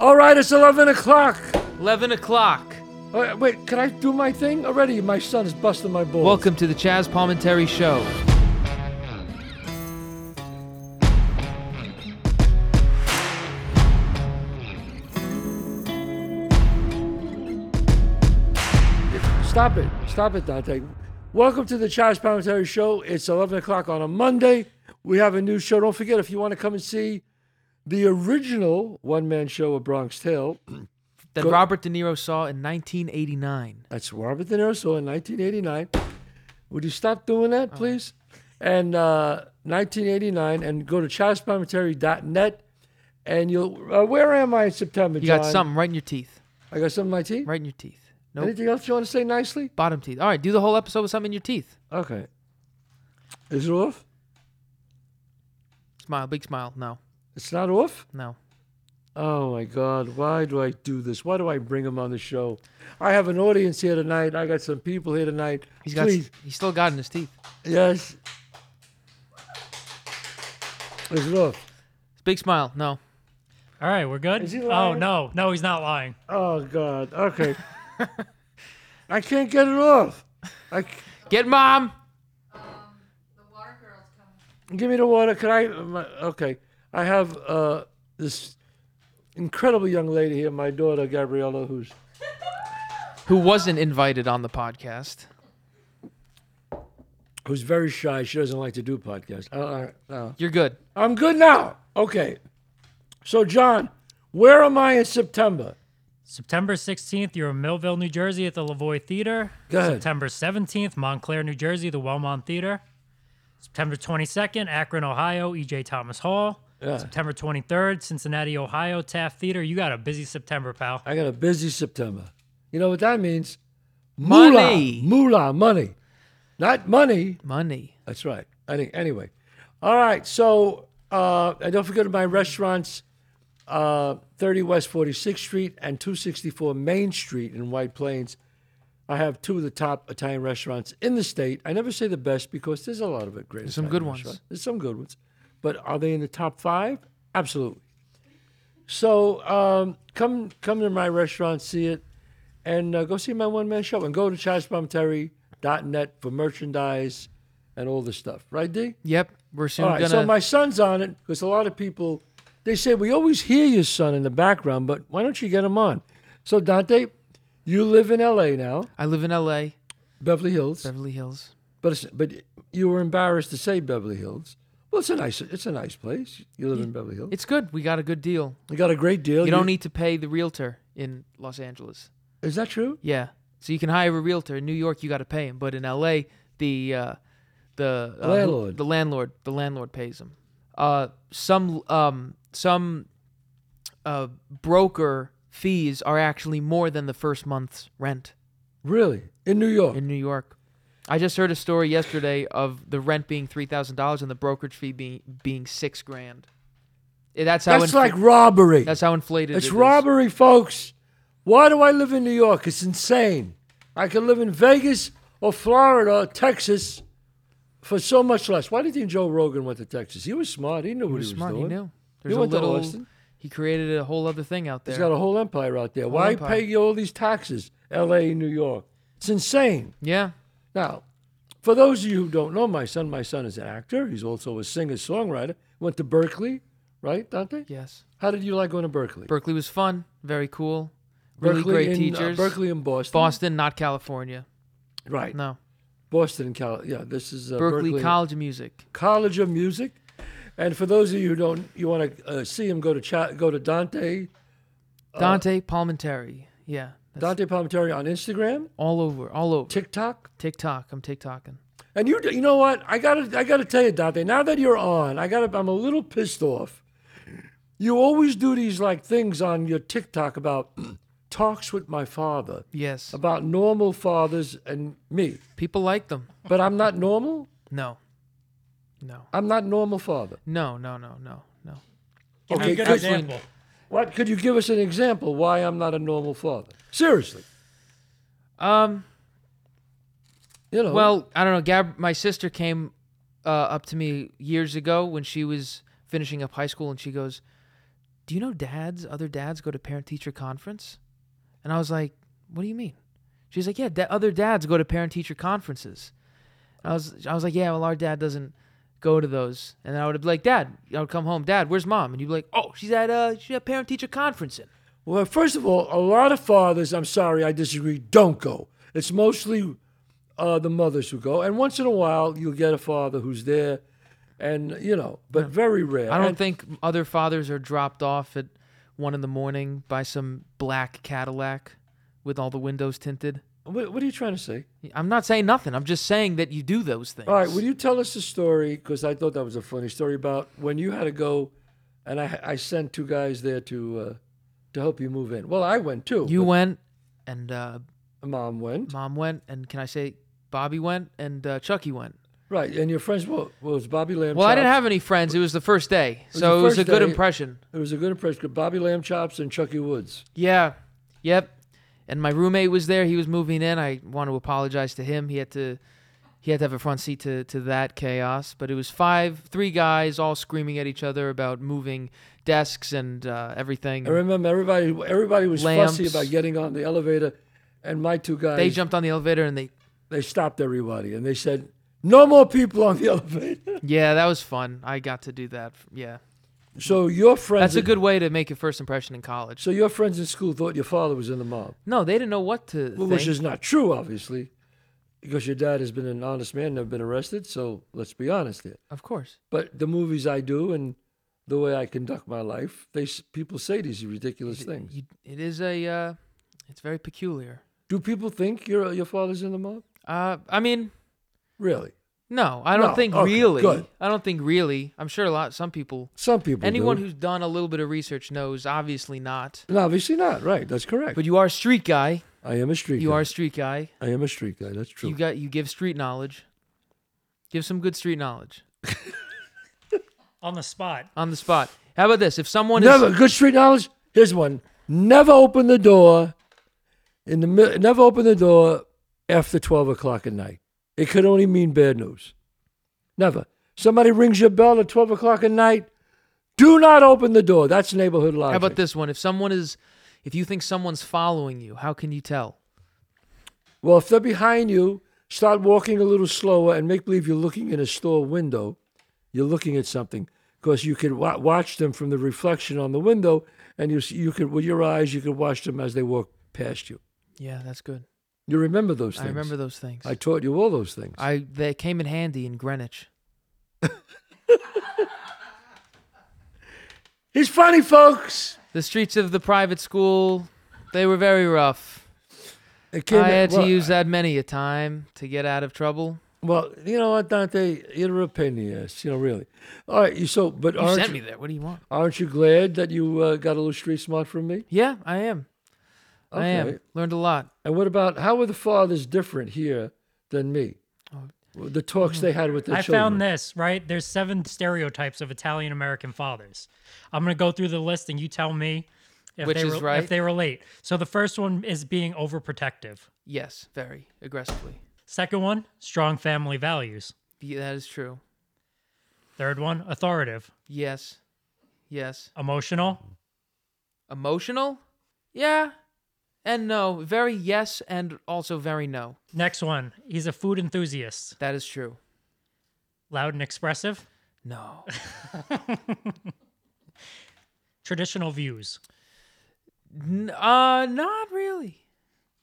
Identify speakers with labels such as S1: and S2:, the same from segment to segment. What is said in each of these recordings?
S1: All right, it's 11 o'clock.
S2: 11 o'clock.
S1: Uh, wait, can I do my thing already? My son is busting my balls.
S2: Welcome to the Chaz Palmentary Show.
S1: Stop it. Stop it, Dante. Welcome to the Chaz Planetary Show. It's 11 o'clock on a Monday. We have a new show. Don't forget, if you want to come and see the original one man show of Bronx Tale,
S2: That
S1: Go-
S2: Robert De Niro saw in 1989.
S1: that's Robert De Niro saw in 1989. Would you stop doing that, please? And uh, 1989, and go to chazplanetary.net. And you'll, uh, where am I in September?
S2: You got
S1: John?
S2: something right in your teeth.
S1: I got something in my teeth?
S2: Right in your teeth. Nope.
S1: Anything else you want to say nicely?
S2: Bottom teeth. All right, do the whole episode with something in your teeth.
S1: Okay. Is it off?
S2: Smile, big smile. No,
S1: It's not off?
S2: no.
S1: Oh my God, why do I do this? Why do I bring him on the show? I have an audience here tonight. I got some people here tonight.
S2: He's got.
S1: Please,
S2: He's still got in his teeth.
S1: yes. Is it off?
S2: Big smile. No.
S3: All right, we're good.
S1: Is he
S3: Oh
S1: lying?
S3: no, no, he's not lying.
S1: Oh God, okay. I can't get it off. I, c-
S2: Get mom.
S1: give me the water. Can I? My, okay, I have uh, this incredible young lady here, my daughter Gabriella, who's
S2: Who wasn't invited on the podcast?
S1: who's very shy. She doesn't like to do podcasts. Uh, uh, uh,
S2: You're good.
S1: I'm good now. Okay. So, John, where am I in September?
S3: September 16th, you're in Millville, New Jersey at the Lavoie Theater.
S1: Go ahead.
S3: September 17th, Montclair, New Jersey, the Wellmont Theater. September 22nd, Akron, Ohio, EJ Thomas Hall.
S1: Yeah.
S3: September 23rd, Cincinnati, Ohio, Taft Theater. You got a busy September, pal.
S1: I got a busy September. You know what that means?
S2: Money.
S1: Moolah, moolah, money. Not money.
S2: Money.
S1: That's right. I think, anyway. All right. So, uh, and don't forget my restaurants, uh, 30 West 46th Street and 264 Main Street in White Plains. I have two of the top Italian restaurants in the state. I never say the best because there's a lot of it great. There's
S2: some good ones.
S1: There's some good ones, but are they in the top five? Absolutely. So um, come come to my restaurant, see it, and uh, go see my one man show, and go to chazpalmterry.net for merchandise and all this stuff. Right, D?
S2: Yep. We're soon
S1: All right,
S2: gonna.
S1: so my son's on it because a lot of people they say we always hear your son in the background, but why don't you get him on? So Dante, you live in L.A. now,
S2: I live in L.A.
S1: Beverly Hills,
S2: Beverly Hills.
S1: but it's, but you were embarrassed to say Beverly Hills. Well, it's a nice it's a nice place. You live in Beverly Hills.
S2: It's good. We got a good deal.
S1: Oh, You got a great deal.
S2: You don't e- need to pay the realtor in Los Angeles.
S1: Is that true?
S2: Yeah. So you can hire a realtor in New York. You got to pay him, but in L.A. the uh, the uh,
S1: Landlord.
S2: the landlord, the landlord pays him. Uh, some um, some uh, broker fees are actually more than the first month's rent
S1: Really? In New York?
S2: in New York. I just heard a story yesterday of the rent being three thousand dollars and the brokerage fee being being six grand. Eh, That's how
S1: That's
S2: infl-
S1: like robbery.
S2: that's how inflated
S1: it's
S2: it is.
S1: robbery, folks. Why do I live in New York? It's insane. I could live in Vegas or Florida or Texas for so much less. Why do you think Joe Rogan went to Texas? He was smart. He knew what
S2: He was smart. He
S1: doing.
S2: knew. There's a
S1: went to
S2: little.
S1: Austin.
S2: He created a whole other thing out there.
S1: He's got a whole empire out there. Why
S2: empire.
S1: pay you all these taxes, L.A., New York? It's insane.
S2: yeah.
S1: Now, for those of you who don't know my son, my son is an actor. He's also a singer-songwriter. Went to Berkeley, right, Dante?
S2: Yes.
S1: How did you like going to Berkeley?
S2: Berkeley was fun, very cool, really great
S1: in, uh,
S2: teachers.
S1: Berkeley and Boston.
S2: Boston, not California.
S1: Right.
S2: No.
S1: Boston and Cal. Yeah, this is uh,
S2: Berkeley,
S1: Berkeley,
S2: College of Music.
S1: College of Music. And for those of you who don't, you want to uh, see him, go to cha- go to Dante Uh,
S2: Dante Palmentary. Yeah. That's
S1: Dante Palmentary on Instagram,
S2: all over, all over.
S1: TikTok.
S2: TikTok. I'm TikToking.
S1: And you, you know what? I gotta, I gotta tell you, Dante. Now that you're on, I gotta, I'm a little pissed off. You always do these like things on your TikTok about talks with my father,
S2: Yes.
S1: about normal fathers and me.
S2: Uh, People like them.
S1: But I'm not normal.
S2: No. No.
S1: I'm not normal father.
S2: No, no, no, no, no.
S3: Give me a good
S1: could-
S3: example.
S1: What could you give us an example why I'm not a normal father? Seriously,
S2: Um,
S1: you know.
S2: well, I don't know. Gab, my sister came uh, up to me years ago when she was finishing up high school and she goes, do you know dads, other dads go to parent teacher conference? And I was like, what do you mean? She's like, yeah, da- other dads go to parent teacher conferences. And I was, I was like, yeah, well, our dad doesn't go to those. And then I would be like, dad, I would come home, dad, where's mom? And you'd be like, oh, she's at uh, she's at parent teacher conferencing.
S1: Well, first of all, a lot of fathers, I'm sorry, I disagree, don't go. It's mostly uh, the mothers who go. And once in a while, you'll get a father who's there, and, you know, but very rare.
S2: I don't
S1: And-
S2: think other fathers are dropped off at one in the morning by some black Cadillac with all the windows tinted.
S1: What, what are you trying to say?
S2: I'm not saying nothing. I'm just saying that you do those things.
S1: All right, will you tell us a story? Because I thought that was a funny story about when you had to go, and I, I sent two guys there to uh, to help you move in. Well, I went too.
S2: You went, and uh,
S1: but mom went,
S2: mom went, and can I say Bobby went and uh, Chucky went.
S1: right? And your friends were, was Bobby Lamb.
S2: Well, I didn't
S1: Chops.
S2: have any friends. It was the first day,
S1: was
S2: so
S1: the
S2: it was a
S1: first
S2: good
S1: day.
S2: impression.
S1: It was a good impression. Bobby Lamb Chops and Chucky Woods.
S2: Yeah. Yep. And my roommate was there. He was moving in. I want to apologize to him. He had to he had to have a front seat to, to that chaos. But it was five three guys all screaming at each other about moving desks and uh, everything.
S1: I remember everybody everybody was fussy
S2: Lamps.
S1: about getting on the elevator, and my two guys
S2: They jumped on the elevator and they
S1: they stopped everybody and they said, "No more people on the elevator."
S2: Yeah, that was fun. I got to do that. Yeah.
S1: so your friends,
S2: That's a good way to make your first impression in college.
S1: so your friends in school thought your father was in the mob.
S2: No, they didn't know what to
S1: Well,
S2: think.
S1: which is not true, obviously, because your dad has been an honest man, never been arrested. So let's be honest here.
S2: of course.
S1: But the movies I do and the way I conduct my life, they s- people say these ridiculous things.
S2: You, it is a uh, it's very peculiar.
S1: Do people think your your father's in the mob?
S2: Uh, I mean,
S1: Really?
S2: No, I don't
S1: No,
S2: think
S1: okay,
S2: really.
S1: good.
S2: I don't think really. I'm sure a lot some people
S1: Some people.
S2: anyone
S1: do.
S2: who's done a little bit of research knows obviously not.
S1: No, obviously not. Right? That's correct.
S2: But you are a street guy.
S1: I am a street.
S2: You
S1: guy.
S2: are a street guy.
S1: I am a street guy. That's true.
S2: You got you give street knowledge. Give some good street knowledge
S3: on the spot.
S2: on the spot. How about this? If someone
S1: Never
S2: is
S1: good street knowledge. Here's one. Never open the door in the mi- never open the door after twelve o'clock at night. It could only mean bad news. Never. Somebody rings your bell at twelve o'clock at night. Do not open the door. That's neighborhood logic.
S2: How about this one? If someone is if you think someone's following you, how can you tell?
S1: Well, if they're behind you, start walking a little slower and make believe you're looking in a store window. You're looking at something because you could wa- watch them from the reflection on the window, and you s- you could with your eyes you could watch them as they walk past you.
S2: Yeah, that's good.
S1: You remember those things.
S2: I remember those things.
S1: I taught you all those things.
S2: I they came in handy in Greenwich.
S1: He's funny, folks.
S2: The streets of the private school, they were very rough.
S1: It came
S2: I
S1: in-
S2: had
S1: well,
S2: to use that many a time to get out of trouble.
S1: Well, you know what, Dante? You're a pain in the ass. You know, really. All right. You so, but
S2: You
S1: aren't
S2: sent
S1: you,
S2: me there. What do you want?
S1: aren't you glad that you uh, got a little street smart from me?
S2: Yeah, I am. I
S1: Okay.
S2: am. Learned a lot.
S1: And what about how are the fathers different here than me?
S2: Oh.
S1: Well, The talks they had with their
S3: I
S1: children.
S3: found this, right? There's seven stereotypes of Italian American fathers. I'm going to go through the list and you tell me if,
S2: Which
S3: they
S2: is
S3: re-
S2: right.
S3: if they relate. So the first one is being overprotective.
S2: Yes, very aggressively.
S3: Second one, strong family values.
S2: Yeah, that is true.
S3: Third one, authoritative,
S2: Yes. Yes.
S3: emotional,
S2: Emotional? Yeah. And no. Very yes and also very no.
S3: Next one. He's a food enthusiast,
S2: That is true.
S3: loud and expressive,
S2: No.
S3: traditional views.
S2: N- uh not really.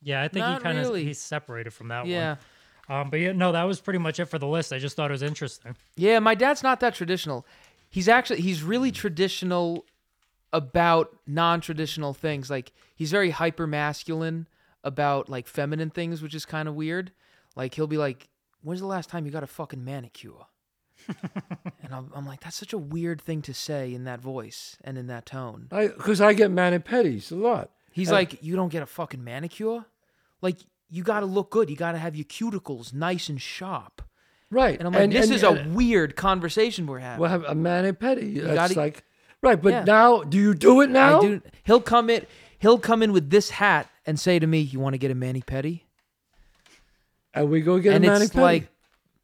S3: Yeah, I think
S2: Not
S3: he kind of
S2: really.
S3: he's separated from that
S2: Yeah.
S3: one. Um, but yeah, no, that was pretty much it for the list. I just thought it was interesting.
S2: Yeah, my dad's not that traditional. He's actually he's really traditional about non-traditional things. Like he's very hyper masculine about like feminine things, which is kind of weird. Like he'll be like, "When's the last time you got a fucking manicure?" and I'm, I'm like, "That's such a weird thing to say in that voice and in that tone."
S1: Because I, get man and petties a lot.
S2: He's like, "You don't get a fucking manicure? Like you got to look good. You got to have your cuticles nice and sharp."
S1: Right.
S2: And I'm like, "This
S1: and- uh,
S2: is
S1: and-
S2: a weird conversation we're having."
S1: well, have a man and petty. That's
S2: gotta-
S1: like right. But
S2: Yeah.
S1: now, do you do it now?
S2: I do. He'll come in. He'll come in with this hat and say to me, "You want to get a mani pedi?"
S1: And we go get
S2: and
S1: a man
S2: it's
S1: and
S2: like,
S1: petty.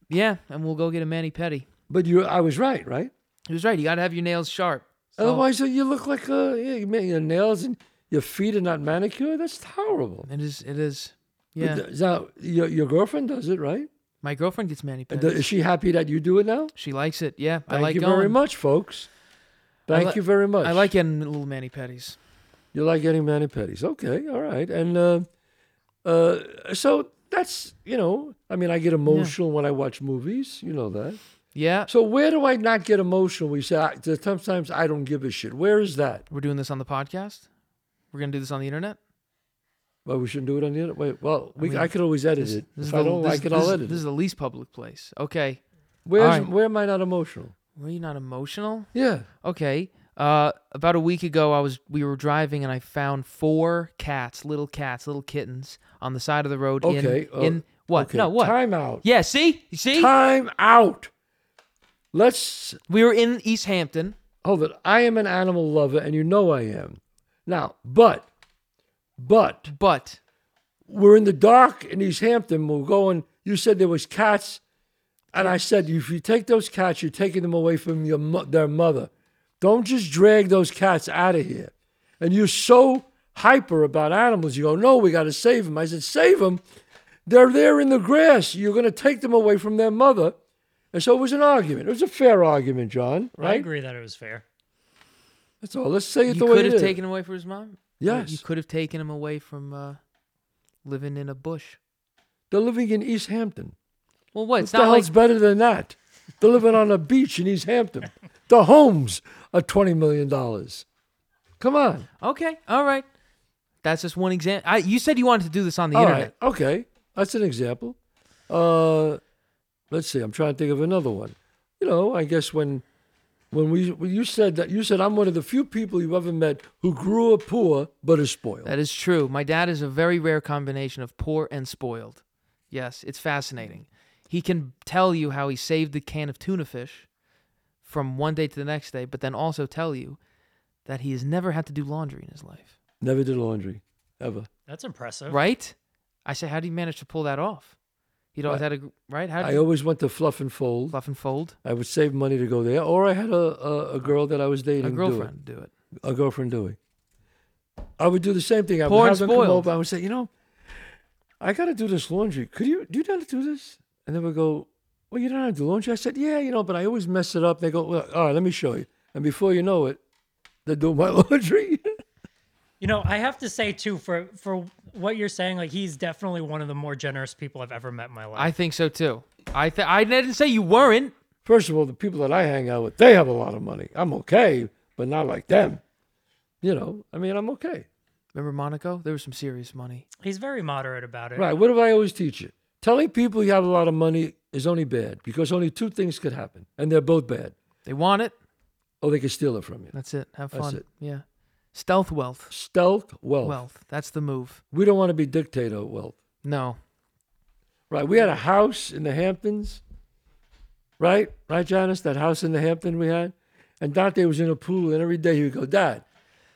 S2: "Yeah," and we'll go get a mani pedi.
S1: But you, I was right, right?
S2: He was right. You got to have your nails sharp.
S1: Otherwise, you look like a, yeah, you make your nails and your feet are not manicured. That's horrible.
S2: It is. It is. Yeah.
S1: Now, your, your girlfriend does it, right?
S2: My girlfriend gets mani
S1: And th-
S2: pedis.
S1: Is she happy that you do it now?
S2: She likes it. Yeah. I
S1: Thank
S2: like
S1: you
S2: going.
S1: very much, folks. Thank
S2: li-
S1: you very much.
S2: I like getting little mani pedis.
S1: You like getting mani pedis. Okay, all right. And uh, uh, so that's, you know, I mean, I get emotional when I watch movies. You know that.
S2: Yeah.
S1: So where do I not get emotional? We say, I, there's sometimes I don't give a shit. Where is that?
S2: We're doing this on the podcast. We're gonna do this on the internet.
S1: Well, we shouldn't do it on the internet. Wait, well, we, I,
S2: mean,
S1: could always edit
S2: This,
S1: it.
S2: this
S1: if
S2: is
S1: I
S2: the,
S1: don't
S2: this-
S1: like it,
S2: this
S1: I'll
S2: is-
S1: edit
S2: This is
S1: it.
S2: the least public place. Okay.
S1: Where's,
S2: all right.
S1: Where am I not emotional?
S2: Were you not emotional?
S1: Yeah.
S2: Okay. Uh, about a week ago, I was we were driving and I found four cats, little cats, little kittens, on the side of the road. in-
S1: Okay.
S2: In,
S1: uh,
S2: what?
S1: okay.
S2: No. What?
S1: Time out.
S2: Yeah. See. You see.
S1: Time out. Let's
S2: We were in East Hampton.
S1: hold it. I am an animal lover, and you know I am. Now, but, but
S2: But
S1: we're in the dark in East Hampton. We're going. You said there was cats, and I said if you take those cats, you're taking them away from your mo- their mother. Don't just drag those cats out of here. And you're so hyper about animals. You go, no, we got to save them. I said, save them. They're there in the grass. You're going to take them away from their mother. And so it was an argument. It was a fair argument, John.
S3: I
S1: Right?
S3: agree that it was fair.
S1: That's all. Let's say it
S2: you
S1: the way
S2: could
S1: it
S2: have
S1: is.
S2: taken him away from his mom. Or
S1: Yes.
S2: You could have taken him away from uh, living in a bush.
S1: They're living in East Hampton.
S2: Well, what? It's
S1: What the
S2: not like
S1: hell's better than that? They're living on a beach in East Hampton. The homes are twenty million dollars. Come on.
S2: okay, all right. That's just one example. I, you said you wanted to do this on the
S1: All
S2: internet.
S1: right. Okay. That's an example. Uh, let's see. I'm trying to think of another one. You know, I guess when when we when you said that you said I'm one of the few people you've ever met who grew up poor but is spoiled.
S2: That is true. My dad is a very rare combination of poor and spoiled. Yes, it's fascinating. He can tell you how he saved a can of tuna fish from one day to the next day, but then also tell you that he has never had to do laundry in his life.
S1: Never did laundry ever.
S3: That's impressive.
S2: Right? I say, how do you manage to pull that off? He'd always had a gr- right. How do
S1: I
S2: you
S1: always went to Fluff and Fold.
S2: fluff and fold?
S1: I would save money to go there, or I had a, a, a girl that I was dating.
S2: A
S1: Do it.
S2: girlfriend do it.
S1: a girlfriend doing. I would do the same thing. I
S2: Poor
S1: would
S2: and
S1: have them come
S2: spoiled.
S1: over. I would say, you know, I got to do this laundry. Could you do you know how to do this? And they would go, well, you don't know how to do laundry. I said, yeah, you know, but I always mess it up. They go, well, all right, let me show you. And before you know it, they're doing my laundry.
S3: You know, I have to say too, for for what you're saying, like he's definitely one of the more generous people I've ever met in my life.
S2: I think so too. I th- I didn't say you weren't.
S1: First of all, the people that I hang out with, they have a lot of money. I'm okay, but not like them. You know, I mean, I'm okay.
S2: Remember Monaco? There was some serious money.
S3: he's very moderate about it.
S1: Right. What do I always teach you? Telling people you have a lot of money is only bad because only two things could happen, and they're both bad.
S2: They want it.
S1: Oh, they could steal it from you.
S2: That's it. Have
S1: That's
S2: fun.
S1: it.
S2: Yeah. Stealth wealth.
S1: Stealth wealth.
S2: Wealth. That's the move.
S1: We don't want to be dictator wealth.
S2: No.
S1: Right. We had a house in the Hamptons. Right? Right, Janice? That house in the Hampton we had? And Dante was in a pool, and every day he would go, Dad,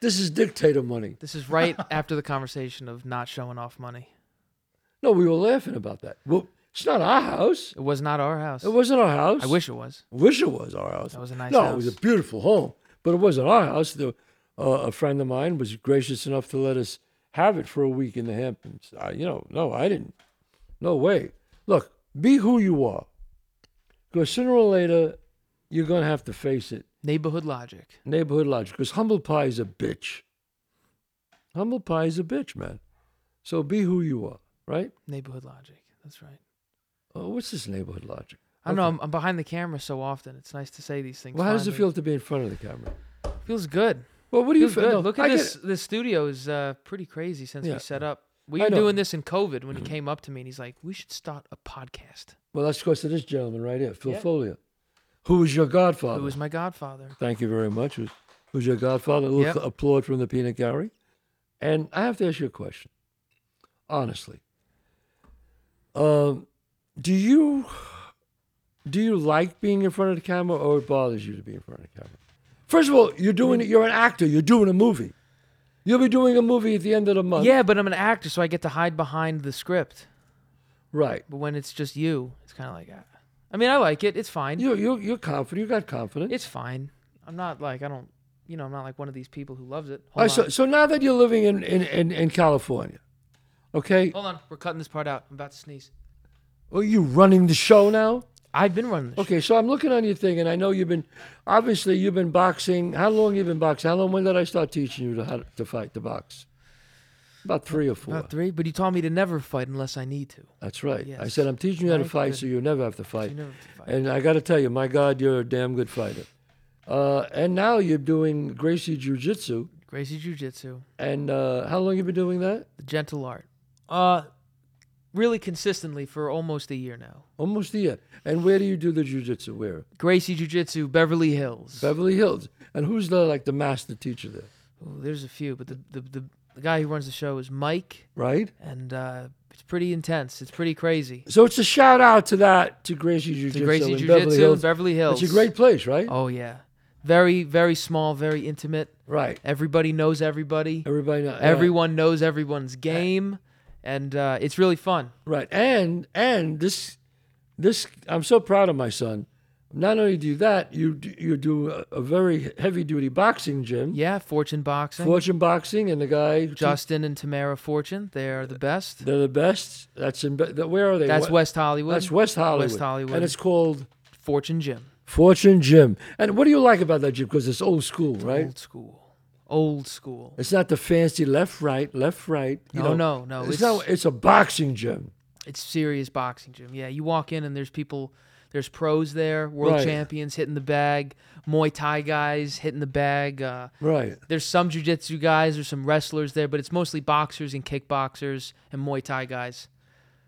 S1: this is dictator money.
S2: This is right after the conversation of not showing off money.
S1: No, we were laughing about that. Well, it's not our house.
S2: It was not our house.
S1: It wasn't our house.
S2: I wish it was.
S1: Wish it was our house.
S2: That was a nice
S1: No, it
S2: house.
S1: was a beautiful home, but it wasn't our house. The, uh, a friend of mine was gracious enough to let us have it for a week in the Hamptons. I, you know, no, I didn't. No way. Look, be who you are, because sooner or later, you're gonna have to face it.
S2: Neighborhood logic.
S1: Neighborhood logic, because humble pie is a bitch. Humble pie is a bitch, man. So be who you are, right?
S2: Neighborhood logic. That's right.
S1: Uh, what's this neighborhood logic?
S2: I don't know. I'm, I'm behind the camera so often. It's nice to say these things.
S1: Well, how does it feel
S2: finally.
S1: to be in front of the camera?
S2: Feels good.
S1: Well, what do you
S2: Feels
S1: feel?
S2: good.
S1: no,
S2: Look at
S1: I get
S2: this. This studio is uh, pretty crazy since
S1: Yeah.
S2: we set up. We
S1: I
S2: were
S1: know. Mm-hmm.
S2: doing this in COVID when he came up to me and he's like, "We should start a podcast."
S1: Well, that's because of this gentleman right here, Phil
S2: Yeah.
S1: Folia, who was your godfather.
S2: Who was my godfather?
S1: Thank you very much. Who who was your godfather? A little
S2: Yep.
S1: applaud from the peanut gallery. And I have to ask you a question, honestly. Um, do you do you like being in front of the camera, or it bothers you to be in front of the camera? First of all, you're doing you're an actor. You're doing a movie. You'll be doing a movie at the end of the month.
S2: yeah, but I'm an actor, so I get to hide behind the script.
S1: Right.
S2: But when it's just you, it's kind of like, ah. I mean, I like it. It's fine.
S1: You you you're confident. You got confidence.
S2: It's fine. I'm not like I don't you know, I'm not like one of these people who loves it. Hold
S1: All
S2: on.
S1: right, so, so now that you're living in, in, in, in California, okay?
S2: Hold on, we're cutting this part out. I'm about to sneeze.
S1: Are you running the show now?
S2: I've been running. The
S1: Okay, so I'm looking on your thing, and I know you've been, obviously, you've been boxing. How long you been boxing? How long, when did I start teaching you to, how to fight the box? About three or four.
S2: Not three, but you told me to never fight unless I need to.
S1: That's right. I
S2: Yes.
S1: said, I'm teaching you how to
S2: Right,
S1: fight
S2: good.
S1: so you never have to fight.
S2: never have to fight.
S1: And I got to tell you, my God, you're a damn good fighter. Uh, and now you're doing Gracie Jiu Jitsu.
S2: Gracie Jiu Jitsu,
S1: And uh, how long you been doing that?
S2: the gentle art. Uh, really consistently for almost a year now.
S1: Almost a year. And where do you do the Jiu Jitsu? Where?
S2: Gracie Jiu Jitsu, Beverly Hills.
S1: Beverly Hills. And who's the, like, the master teacher there?
S2: Ooh, there's a few, but the, the, the, the guy who runs the show is Mike,
S1: Right?
S2: and uh, it's pretty intense. It's pretty crazy.
S1: So it's a shout out to that, to Gracie Jiu
S2: The
S1: Jitsu.
S2: Gracie
S1: in
S2: Jiu
S1: Beverly
S2: Jitsu in
S1: Hills.
S2: Beverly Hills.
S1: It's a great place, right?
S2: Oh, yeah. Very, very small, very intimate.
S1: Right.
S2: Everybody knows everybody.
S1: Everybody knows.
S2: Everyone knows everyone's game, and uh, it's really fun.
S1: Right. And and this this I'm so proud of my son. Not only do you that, you d- you do a, a very heavy duty boxing gym,
S2: Yeah, Fortune Boxing.
S1: fortune boxing, and the guy who teach-
S2: Justin and Tamara Fortune, they are the best.
S1: they're the best. That's in Be- that- where are they?
S2: That's
S1: Wh-
S2: West Hollywood.
S1: That's West Hollywood.
S2: West Hollywood.
S1: and it's called
S2: Fortune Gym.
S1: Fortune Gym. And what do you like about that gym? Because it's old school, right?
S2: Old school. Old school.
S1: It's not the fancy left right left right. You
S2: No,
S1: know.
S2: no, no,
S1: It's,
S2: it's-
S1: not. It's a boxing gym.
S2: It's serious boxing gym. Yeah, you walk in and there's people, there's pros there, world
S1: Right.
S2: champions hitting the bag, Muay Thai guys hitting the bag. Uh,
S1: Right.
S2: there's some jujitsu guys, there's some wrestlers there, but it's mostly boxers and kickboxers and Muay Thai guys.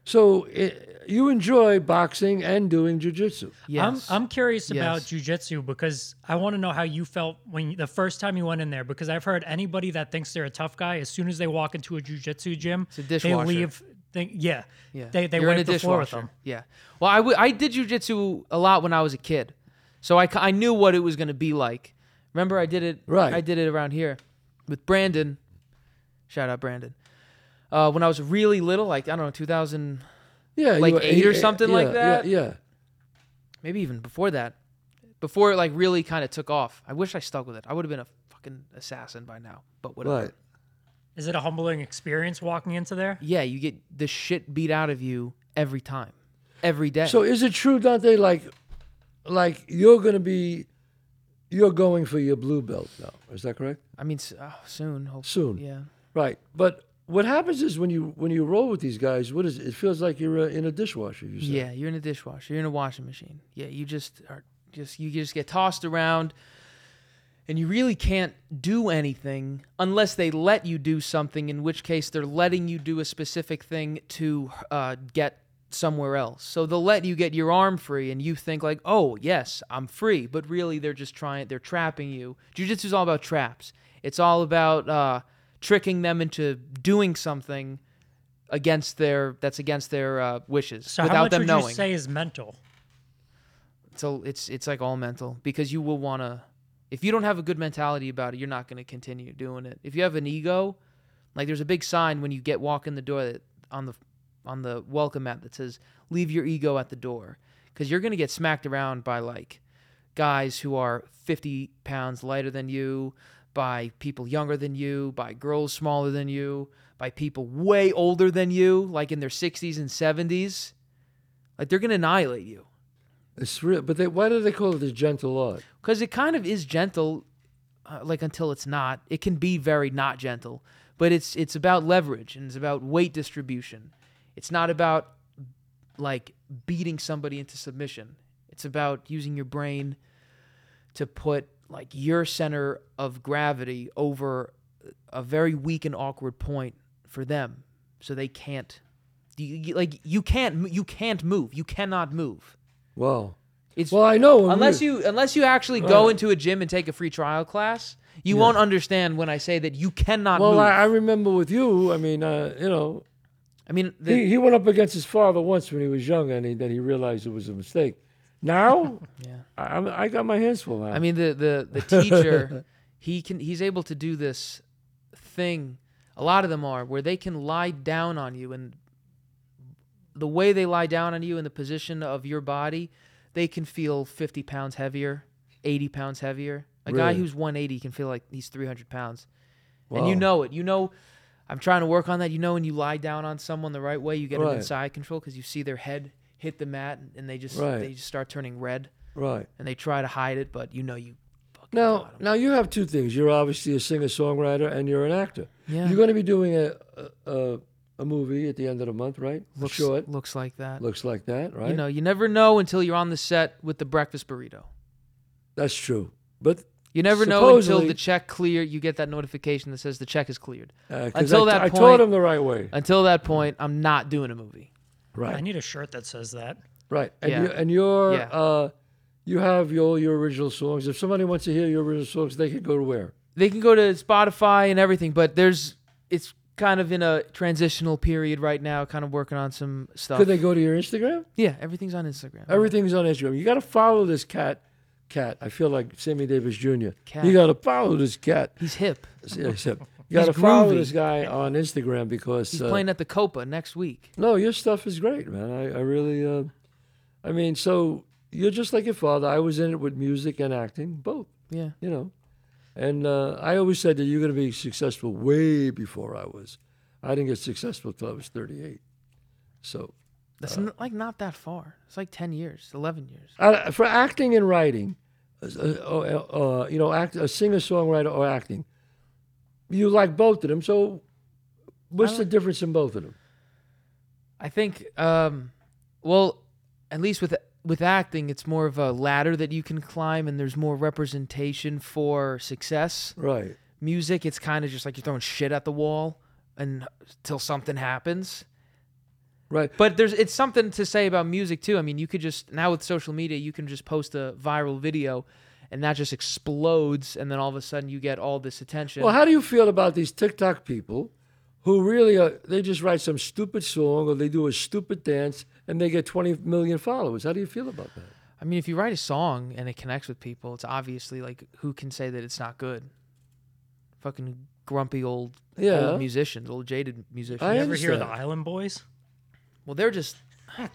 S1: So it, you enjoy boxing and doing jujitsu.
S2: Yes.
S3: I'm I'm curious
S2: Yes.
S3: about jujitsu because I want to know how you felt when you, the first time you went in there. Because I've heard anybody that thinks they're a tough guy, as soon as they walk into a jujitsu gym,
S2: a
S3: they
S2: dishwasher.
S3: leave. Think, yeah,
S2: Yeah.
S3: They they
S2: You're in
S3: wipe
S2: a
S3: the floor with
S2: dishwasher.
S3: them.
S2: Yeah. Well, I, w- I did jujitsu a lot when I was a kid, so I, ki- I knew what it was going to be like. Remember, I did it.
S1: Right.
S2: I did it around here with Brandon. Shout out Brandon. Uh, when I was really little, like I don't know, 2000,
S1: Yeah, you
S2: Like
S1: were
S2: eight or something like
S1: yeah,
S2: that?
S1: Yeah, yeah.
S2: maybe even before that, before it like really kind of took off. I wish I stuck with it. I would have been a fucking assassin by now. But whatever.
S1: Right.
S3: Is it a humbling experience walking into there?
S2: Yeah, you get the shit beat out of you every time, every day.
S1: So is it true, Dante? Like, like you're gonna be, you're going for your blue belt now. Is that correct?
S2: I mean, s- oh, soon, hopefully.
S1: Soon.
S2: Yeah.
S1: Right. But what happens is when you when you roll with these guys, what is it? It feels like you're uh, in a dishwasher. You said.
S2: Yeah, you're in a dishwasher. You're in a washing machine. Yeah, you just are just you just get tossed around, and you really can't do anything unless they let you do something. In which case, they're letting you do a specific thing to uh, get somewhere else. So they'll let you get your arm free, and you think like, "Oh yes, I'm free," but really they're just trying. They're trapping you. Jiu-Jitsu is all about traps. It's all about uh, tricking them into doing something against their that's against their uh, wishes
S3: So
S2: without
S3: how much
S2: them
S3: would
S2: knowing.
S3: you say is mental?
S2: so it's it's like all mental because you will want to if you don't have a good mentality about it, you're not going to continue doing it. If you have an ego, like there's a big sign when you get walk in the door that on the on the welcome mat that says leave your ego at the door because you're going to get smacked around by like guys who are 50 pounds lighter than you, by people younger than you, by girls smaller than you, by people way older than you, like in their 60s and 70s. Like they're going to annihilate you.
S1: It's real. But they, why do they call it the gentle art?
S2: because it kind of is gentle uh, like until it's not it can be very not gentle but it's it's about leverage and it's about weight distribution it's not about like beating somebody into submission it's about using your brain to put like your center of gravity over a very weak and awkward point for them so they can't you, you- like you can't you can't move you cannot move
S1: Wow.
S2: it's
S1: Well, I know. when we-
S2: unless you unless you actually go into a gym and take a free trial class, you won't understand when I say that you cannot
S1: Well,
S2: move.
S1: I,
S2: I,
S1: I remember with you. I mean, uh, you know,
S2: mean, the,
S1: he, he went up against his father once when he was young, and he, then he realized it was a mistake. Now,
S2: Yeah.
S1: I, I'm- I got my hands full. Now.
S2: I mean the the the teacher, he can he's able to do this thing. A lot of them are where they can lie down on you and the way they lie down on you in the position of your body, they can feel 50 pounds heavier, 80 pounds heavier. A guy
S1: Really?
S2: who's 180 can feel like he's 300 pounds. And you
S1: Wow.
S2: know it. You know, I'm trying to work on that. You know, when you lie down on someone the right way, you get
S1: Right.
S2: an inside control because you see their head hit the mat and- and they just
S1: Right.
S2: they just start turning red
S1: Right.
S2: and they try to hide it, but you know you. fucking
S1: Now,
S2: got 'em.
S1: now you have two things. You're obviously a singer songwriter, and you're an actor.
S2: Yeah.
S1: You're going to be doing a a, a a movie at the end of the month, right? A
S2: looks
S1: short.
S2: looks like that.
S1: Looks like that, right?
S2: You know, you never know until you're on the set with the breakfast burrito.
S1: That's true. But
S2: You never know until
S1: Supposedly-
S2: the check clear. You get that notification that says the check is cleared.
S1: uh 'cause
S2: Until
S1: I,
S2: that
S1: I
S2: point-
S1: taught him the right way.
S2: Until that point, I'm not doing a movie.
S1: Right.
S3: I need a shirt that says that.
S1: Right. And
S2: Yeah.
S1: you and your
S2: Yeah.
S1: uh you have your your original songs. If somebody wants to hear your original songs, they could go to where?
S2: They can go to Spotify and everything, but there's it's kind of in a transitional period right now. Kind of working on some stuff.
S1: Could they go to your Instagram?
S2: yeah, everything's on Instagram.
S1: Everything's on Instagram. You got to follow this cat. Cat. I feel like Sammy Davis Jr.
S2: Cat.
S1: You got to follow this cat.
S2: He's hip.
S1: Except you got to
S2: He's
S1: follow
S2: groovy.
S1: this guy on Instagram because
S2: He's
S1: uh,
S2: playing at the Copa next week.
S1: no, your stuff is great, man. I I really, uh, I mean, so you're just like your father. I was in it with music and acting, both.
S2: Yeah.
S1: you know. And uh, I always said that you're going to be successful way before I was. I didn't get successful till I was 38. So
S2: That's n- like not that far. It's like 10 years, 11 years.
S1: I, for acting and writing, uh, uh, uh, you know, act, a singer songwriter or acting, you like both of them. So what's the difference in both of them?
S2: I think, um, well, at least with with acting, it's more of a ladder that you can climb, and there's more representation for success.
S1: Right.
S2: Music, it's kind of just like you're throwing shit at the wall until something happens.
S1: Right.
S2: But there's it's something to say about music too. I mean, you could just now with social media, you can just post a viral video, and that just explodes, and then all of a sudden you get all this attention.
S1: Well, how do you feel about these TikTok people who really are, they just write some stupid song or they do a stupid dance and they get 20 million followers? How do you feel about that?
S2: I mean, if you write a song and it connects with people, it's obviously like who can say that it's not good? Fucking grumpy old,
S1: Yeah.
S2: old musicians, old jaded musicians.
S1: I
S3: You
S1: am-
S3: ever hear the
S1: understand.
S3: Island Boys?
S2: well, they're just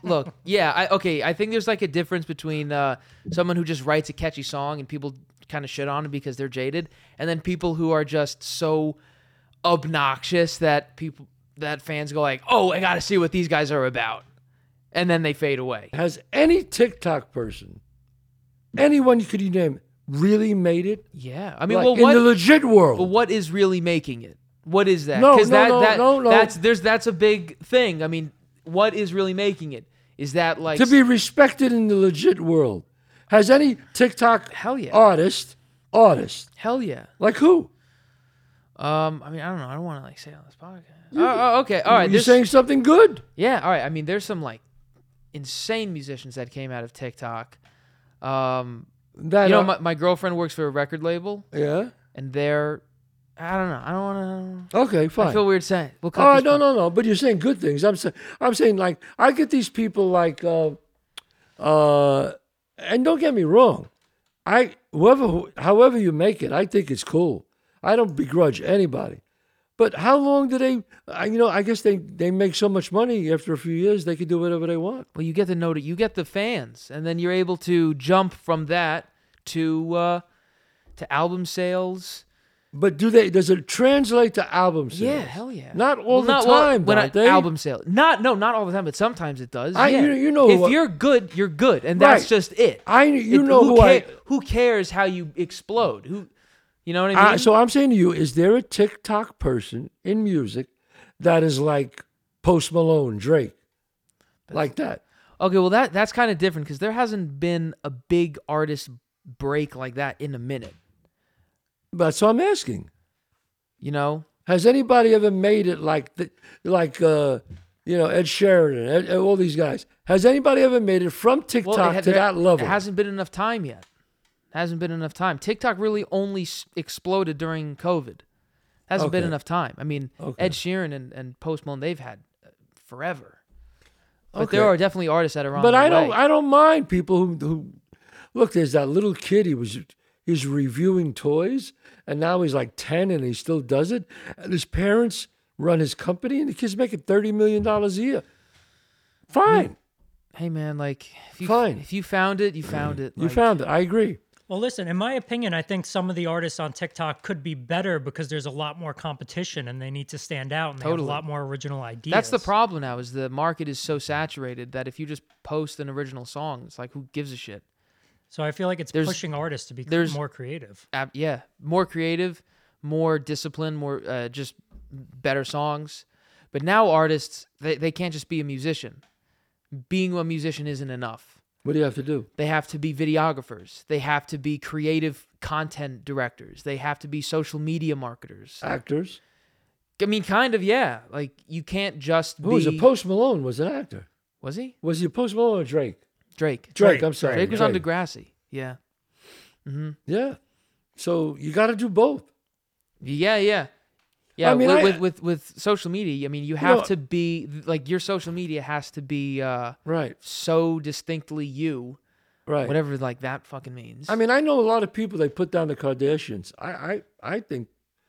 S2: look, yeah, I okay, I think there's like a difference between uh, someone who just writes a catchy song and people kind of shit on them because they're jaded, and then people who are just so obnoxious that people that fans go like, "Oh, I got to see what these guys are about." And then they fade away.
S1: Has any TikTok person, anyone you could you name, really made it?
S2: Yeah. I mean,
S1: Like,
S2: well,
S1: in
S2: what
S1: the legit
S2: But
S1: world.
S2: what is really making it? What is that?
S1: No,
S2: 'Cause
S1: no,
S2: that,
S1: no,
S2: that,
S1: no, no.
S2: That's there's that's a big thing. I mean, what is really making it? Is that like
S1: to be respected in the legit world. Has any TikTok
S2: Hell yeah.
S1: artist, artist,
S2: hell yeah?
S1: like who?
S2: Um, I mean, I don't know. I don't want to like say it on this podcast. oh, oh, okay, all right.
S1: You're
S2: there's-
S1: saying something good.
S2: yeah, all right. I mean, there's some like insane musicians that came out of TikTok. Um,
S1: That,
S2: you know,
S1: uh,
S2: my, my girlfriend works for a record label,
S1: yeah.
S2: and they're I don't know. I don't want to.
S1: Okay,
S2: I
S1: fine.
S2: feel weird saying. We'll cut
S1: All right,
S2: this
S1: no,
S2: part.
S1: no, no. But you're saying good things. I'm saying, I'm saying like I get these people like, uh, uh, and don't get me wrong, I whoever, who- however you make it, I think it's cool. I don't begrudge anybody. But how long do they? I, you know, I guess they they make so much money after a few years they can do whatever they want.
S2: Well, you get the note, you get the fans, and then you're able to jump from that to uh, to album sales.
S1: But do they? Does it translate to album sales?
S2: Yeah, hell yeah.
S1: Not all
S2: Well,
S1: the
S2: not- well,
S1: time,
S2: when I-
S1: Dante.
S2: album sales. Not no, not all the time, but sometimes it does.
S1: I-
S2: yeah.
S1: you- you know
S2: if
S1: what-
S2: you're good, you're good, and
S1: Right.
S2: that's just it.
S1: I you
S2: It-
S1: know who, I
S2: ca- who cares how you explode? Who, you know what I mean?
S1: I, Uh, so I'm saying to you, is there a TikTok person in music that is like Post Malone, Drake, like that?
S2: okay, well that that's kind of different because there hasn't been a big artist break like that in a minute.
S1: But so I'm asking,
S2: You know,
S1: has anybody ever made it like the, like uh, you know Ed Sheridan, Ed, Ed- all these guys? Has anybody ever made it from TikTok
S2: Well, it ha-
S1: to
S2: there-
S1: that level?
S2: It hasn't been enough time yet. Hasn't been enough time. TikTok really only s- exploded during COVID. Hasn't been
S1: Okay.
S2: enough time. I mean,
S1: Okay.
S2: Ed Sheeran and, and Post Malone, they've had uh, forever. But there
S1: Okay.
S2: are definitely artists that are on.
S1: but
S2: their
S1: I don't
S2: way.
S1: I don't mind people who who look. There's that little kid. He was he's reviewing toys, and now he's like ten, and he still does it. And his parents run his company, and the kid's making thirty million dollars a year. Fine,
S2: hey man, like if you,
S1: Fine.
S2: if you found it, you found it.
S1: you
S2: like,
S1: found it. I agree.
S3: Well, listen, in my opinion, I think some of the artists on TikTok could be better because there's a lot more competition and they need to stand out and they have
S2: Totally.
S3: a lot more original ideas.
S2: That's the problem now is the market is so saturated that if you just post an original song, it's like who gives a shit?
S3: So I feel like it's
S2: There's-
S3: pushing artists to be
S2: there's-
S3: more creative.
S2: Ab- yeah, more creative, more disciplined, more uh, just better songs. But now artists they, they can't just be a musician. Being a musician isn't enough.
S1: What do you have to do?
S2: They have to be videographers. They have to be creative content directors. They have to be social media marketers.
S1: Actors.
S2: I mean, kind of, yeah. Like you can't just
S1: Who
S2: be.
S1: was a Post Malone? Was an actor.
S2: Was he
S1: Was he Post Malone or Drake?
S2: Drake?
S1: Drake.
S3: Drake.
S1: I'm sorry.
S2: Drake was on Degrassi. Yeah,
S1: Yeah. So you got to do both.
S2: yeah, yeah, yeah.
S1: I mean,
S2: with,
S1: I-
S2: with with with social media, I mean, you have
S1: know-
S2: to be like your social media has to be uh
S1: Right.
S2: so distinctly you,
S1: Right.
S2: whatever like that fucking means.
S1: I mean, I know a lot of people. They put down the Kardashians. I, I, I think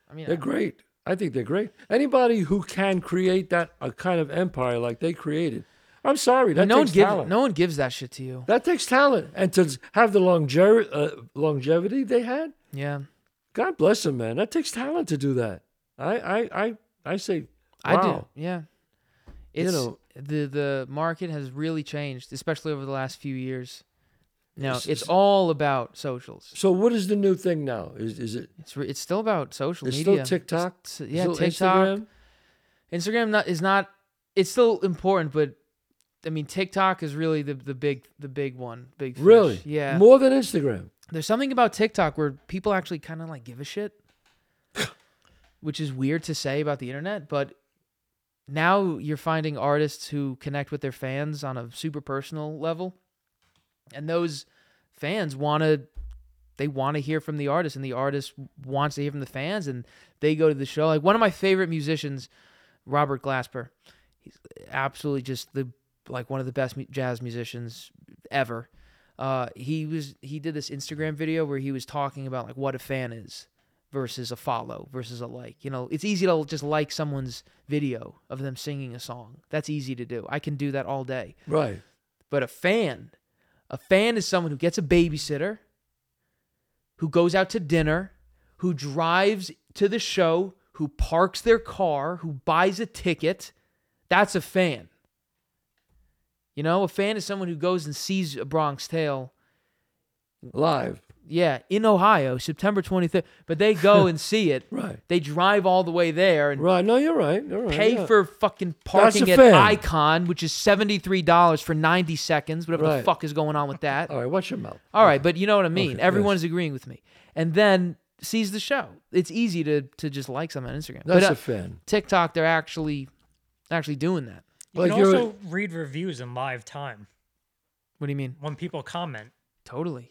S2: I mean,
S1: they're great. I think they're great. Anybody who can create that a kind of empire like they created, I'm sorry, that
S2: no one
S1: takes
S2: gives
S1: talent.
S2: no one gives that shit to you.
S1: That takes talent, and to have the longev- uh, longevity they had,
S2: Yeah,
S1: God bless them, man. That takes talent to do that. I, I, I, I say, wow.
S2: I do. Yeah, it's
S1: know-
S2: the the market has really changed, especially over the last few years. Now
S1: S-
S2: it's
S1: s-
S2: all about socials.
S1: So, what is the new thing now? Is is it?
S2: It's re- it's still about social
S1: It's
S2: media.
S1: still TikTok.
S2: It's- yeah,
S1: still
S2: TikTok.
S1: Instagram?
S2: Instagram not, is not. It's still important, but I mean, TikTok is really the the big the big one. Big fish.
S1: Really?
S2: Yeah.
S1: More than Instagram.
S2: There's something about TikTok where people actually kind of like give a shit, which is weird to say about the internet, but now you're finding artists who connect with their fans on a super personal level, and those fans want to they want to hear from the artist and the artist wants to hear from the fans and they go to the show like one of my favorite musicians robert glasper he's absolutely just the like one of the best mu- jazz musicians ever uh, he was he did this instagram video where he was talking about like what a fan is versus a follow versus a like you know it's easy to just like someone's video of them singing a song that's easy to do i can do that all day
S1: Right.
S2: but a fan, a fan is someone who gets a babysitter, who goes out to dinner, who drives to the show, who parks their car, who buys a ticket. That's a fan. You know, a fan is someone who goes and sees a Bronx Tale.
S1: Live.
S2: Yeah, in Ohio, September 23rd. But they go and see it.
S1: Right.
S2: They drive all the way there and
S1: Right. No, you're right. You're right.
S2: pay
S1: yeah.
S2: for fucking parking
S1: a
S2: at
S1: fan.
S2: Icon, which is $73 for 90 seconds, whatever the
S1: Right.
S2: fuck is going on with that.
S1: All right. Watch your mouth.
S2: All right, but you know what I mean.
S1: Okay,
S2: Everyone's agreeing with me, and then sees the show. It's easy to to just like something on Instagram.
S1: That's
S2: but, uh,
S1: a fan.
S2: TikTok, they're actually actually doing that.
S3: You
S1: Like
S3: can
S1: you're-
S3: also read reviews in live time
S2: What do you mean?
S3: when people comment,
S2: Totally.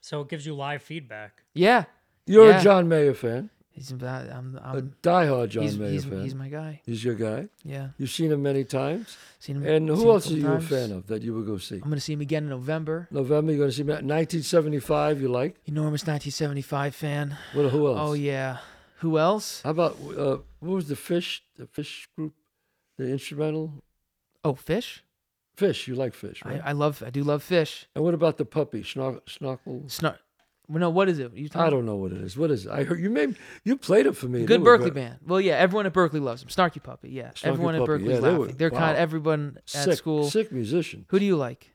S3: so it gives you live feedback.
S2: Yeah.
S1: You're
S2: Yeah.
S1: a John Mayer fan.
S2: He's about. I'm.
S1: A
S2: I'm
S1: diehard John
S2: he's,
S1: Mayer
S2: he's,
S1: fan.
S2: he's my guy.
S1: He's your guy.
S2: Yeah.
S1: You've seen him many times.
S2: Seen him.
S1: And
S2: seen
S1: who
S2: him
S1: else are
S2: couple
S1: you a
S2: times. Um,
S1: fan of that you would go see?
S2: I'm gonna see him again in November.
S1: November, you're going to see him at 1975, you like?
S2: Enormous 1975 fan.
S1: Well, who else?
S2: Oh yeah. Who else?
S1: How about, uh, what was the Fish, the Fish group, the instrumental?
S2: Oh, Fish.
S1: Fish, you like Fish, right?
S2: I, I love. I do love Fish.
S1: and what about the puppy, Schnork, Schnorkel?
S2: Snart. No, what is it? You
S1: I
S2: talking-
S1: don't know what it is. What is it? I heard you made, you played it for me. They
S2: Good
S1: were
S2: Berkeley
S1: great.
S2: band. Well, yeah, everyone at Berkeley loves him. Snarky Puppy, yeah.
S1: Snarky
S2: everyone at
S1: Puppy,
S2: Berkeley's
S1: yeah, they
S2: laughing.
S1: were-
S2: They're
S1: wow.
S2: kind of everyone at
S1: Sick,
S2: school.
S1: sick musician.
S2: Who do you like?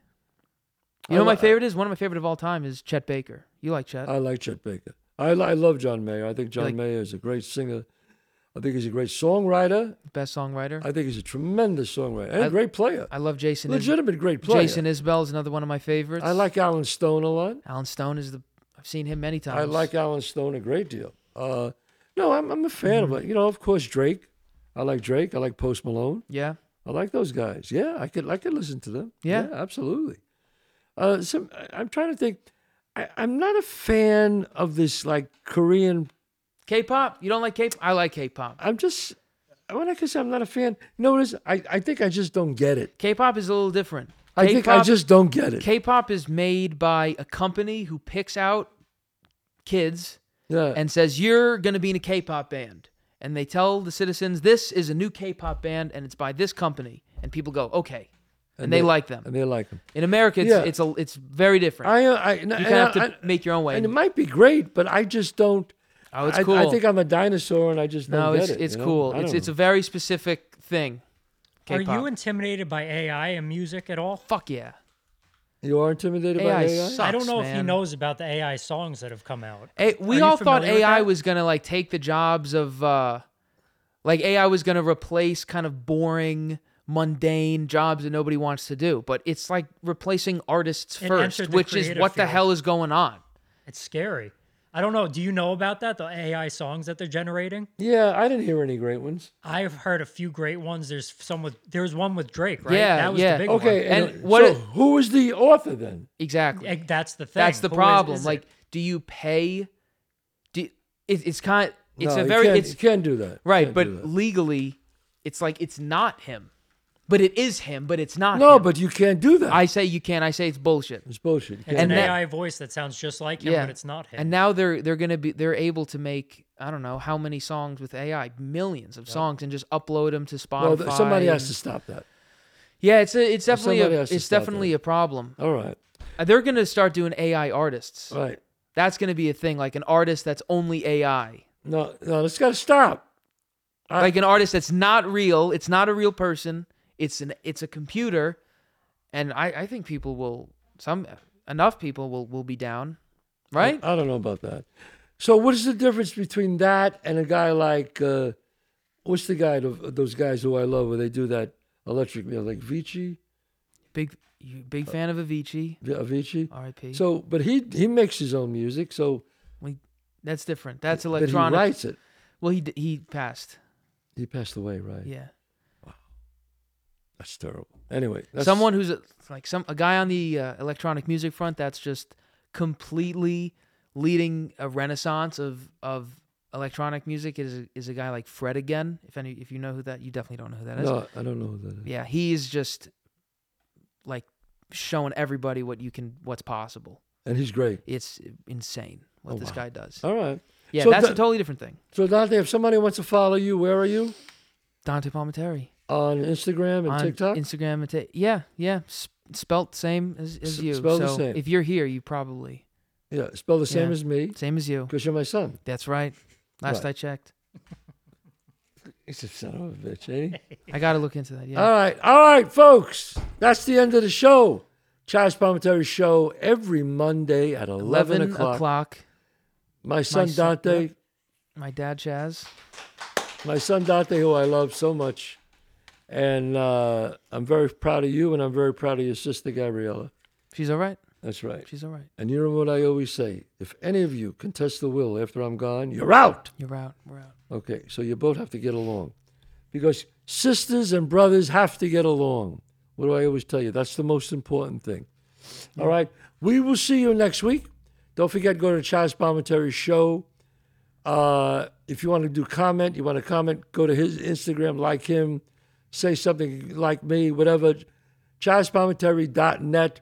S2: You
S1: I
S2: know, what my
S1: li-
S2: favorite is one of my favorite of all time is Chet Baker. You like Chet?
S1: I like Chet Baker. I, li- I love John Mayer. I think John
S2: like-
S1: Mayer is a great singer. I think he's a great songwriter.
S2: Best songwriter. I,
S1: I think he's a tremendous songwriter and
S2: I-
S1: a great player.
S2: love Jason. Is-
S1: Legitimate great player.
S2: Jason Isbell is another one of my favorites.
S1: I like Alan Stone a lot.
S2: Alan Stone is the. I've seen him many times.
S1: I like Alan Stone a great deal. Uh, no, I'm, I'm a fan
S2: Mm-hmm.
S1: of it. You know, of course, Drake. I like Drake. I like Post Malone.
S2: Yeah.
S1: I like those guys. Yeah, I could I could listen to them.
S2: Yeah.
S1: absolutely. Uh, some I- I'm trying to think. I, I'm not a fan of this like Korean.
S2: K-pop. You don't like K-pop? I like K-pop.
S1: I'm just when I can say I'm not a fan. You know what it is? I, I think I just don't get it.
S2: K-pop is a little different.
S1: I think I
S2: K-pop-
S1: just don't get it.
S2: K-pop is made by a company who picks out kids
S1: yeah,
S2: and says you're going to be in a K-pop band, and they tell the citizens this is a new K-pop band and it's by this company, and people go, okay, and, they, like them.
S1: and they like them.
S2: In America, it's
S1: Yeah.
S2: it's a, it's very different.
S1: I, uh, I, and,
S2: you
S1: and
S2: kind of
S1: I-
S2: have to make your own way.
S1: and it might be great, but I just don't.
S2: oh, it's
S1: I,
S2: cool.
S1: I think I'm a dinosaur, and I just
S2: no,
S1: don't
S2: it's
S1: get it,
S2: it's
S1: you know?
S2: cool.
S1: I
S2: It's
S1: don't
S2: it's a
S1: know.
S2: very specific thing.
S3: Are
S2: K-pop.
S3: you intimidated by AI and music at all?
S2: Fuck yeah.
S1: you are intimidated
S2: AI
S1: by AI.
S2: sucks.
S3: I don't know if he
S2: man.
S3: knows about the AI songs that have come out.
S2: A- we
S3: you
S2: all thought
S3: familiar with
S2: AI
S3: that?
S2: was gonna like take the jobs of uh like AI was gonna replace kind of boring, mundane jobs that nobody wants to do. But it's like replacing artists
S3: It
S2: first,
S3: entered the
S2: which is
S3: creative
S2: what the
S3: field.
S2: hell is going on.
S3: It's scary. I don't know. Do you know about that? The AI songs that they're generating?
S1: Yeah, I didn't hear any great ones.
S3: I've heard a few great ones. There's some with there's one with Drake, right?
S2: Yeah,
S3: that was
S2: yeah.
S3: the big
S1: Okay,
S2: And
S1: and,
S2: what
S1: so
S2: it-
S1: who is the author then?
S2: Exactly.
S3: one. Eh, That's the thing.
S2: That's the
S3: Who is-
S2: problem.
S3: is it?
S2: like, do you pay? Do it, it's kind. it's
S1: No,
S2: a
S1: you
S2: very.
S1: can't-
S2: It's
S1: you can't do that.
S2: right,
S1: Can't
S2: but
S1: do that.
S2: legally, it's like it's not him, but it is him, but it's not.
S1: no,
S2: him.
S1: but you can't do that.
S2: I say you can. I say it's bullshit.
S1: it's bullshit. You
S3: it's
S1: can't
S2: and
S3: an
S2: that-
S3: AI voice that sounds just like him,
S2: Yeah,
S3: but it's not him.
S2: And now they're they're gonna be they're able to make I don't know how many songs with AI, millions of songs, and just upload them to Spotify.
S1: Well, th- somebody has
S2: and-
S1: to stop that.
S2: Yeah, it's a, it's definitely
S1: somebody
S2: a,
S1: has to
S2: it's
S1: stop
S2: definitely
S1: that.
S2: a problem.
S1: All right,
S2: Uh, They're gonna start doing AI artists.
S1: all right.
S2: That's gonna be a thing, like an artist that's only AI.
S1: No, no, it's got to stop. I-
S2: like an artist that's not real. It's not a real person. It's an it's a computer, and I I think people will some enough people will will be down, right?
S1: I don't know about that. So, what is the difference between that and a guy like uh, what's the guy of those guys who I love where they do that electric meal like Vici,
S2: Big you big fan of Avicii,
S1: Vi- Avicii.
S2: R.I.P.
S1: So, but he he makes his own music. So,
S2: we, that's different. That's
S1: but he
S2: electronic.
S1: writes it.
S2: Well, he d- he passed.
S1: He passed away, right?
S2: Yeah,
S1: That's terrible. Anyway, that's,
S2: someone who's a, like some a guy on the uh, electronic music front that's just completely leading a renaissance of of electronic music is a, is a guy like Fred again. If any if you know who that you definitely don't know who that is.
S1: No, I don't know who that is.
S2: yeah he's just like showing everybody what you can what's possible
S1: And he's great.
S2: it's insane what
S1: Oh,
S2: this
S1: wow.
S2: guy does
S1: All right.
S2: yeah
S1: So
S2: that's a
S1: that-
S2: totally different thing
S1: So Dante, if somebody wants to follow you, where are you
S2: dante palmateri
S1: on Instagram and
S2: on
S1: TikTok?
S2: instagram and ta- yeah yeah s- spelt same as,
S1: S-
S2: as you
S1: spelled the
S2: so
S1: same.
S2: if you're here you probably
S1: yeah, spell the same
S2: Yeah.
S1: as me
S2: same as you
S1: because you're my son.
S2: that's right last
S1: Right.
S2: i checked
S1: He's a son of a bitch, ain't he?
S2: i gotta look into that yeah
S1: All right. All right, folks. That's the end of the show. Chaz Palminteri Show every Monday at 11,
S2: 11
S1: o'clock.
S2: o'clock
S1: My son
S2: son-
S1: Dante,
S2: my dad chaz
S1: my son Dante, who I love so much. And uh, I'm very proud of you, and I'm very proud of your sister, Gabriella.
S2: she's all right
S1: That's right.
S2: she's all right
S1: And you know what I always say? If any of you contest the will after I'm gone, you're out.
S2: you're out we're out
S1: Okay, so you both have to get along. Because sisters and brothers have to get along. What do I always tell you? That's the most important thing. All right, we will see you next week. Don't forget, go to Chaz Palminteri Show. Uh, if you want to do comment, you want to comment, go to his Instagram, like him, say something like me, whatever. ChazPalminteri.net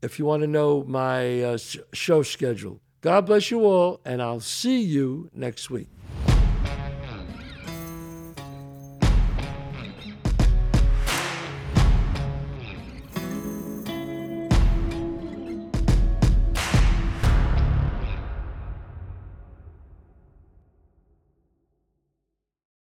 S1: if you want to know my uh, sh- show schedule. God bless you all, and I'll see you next week.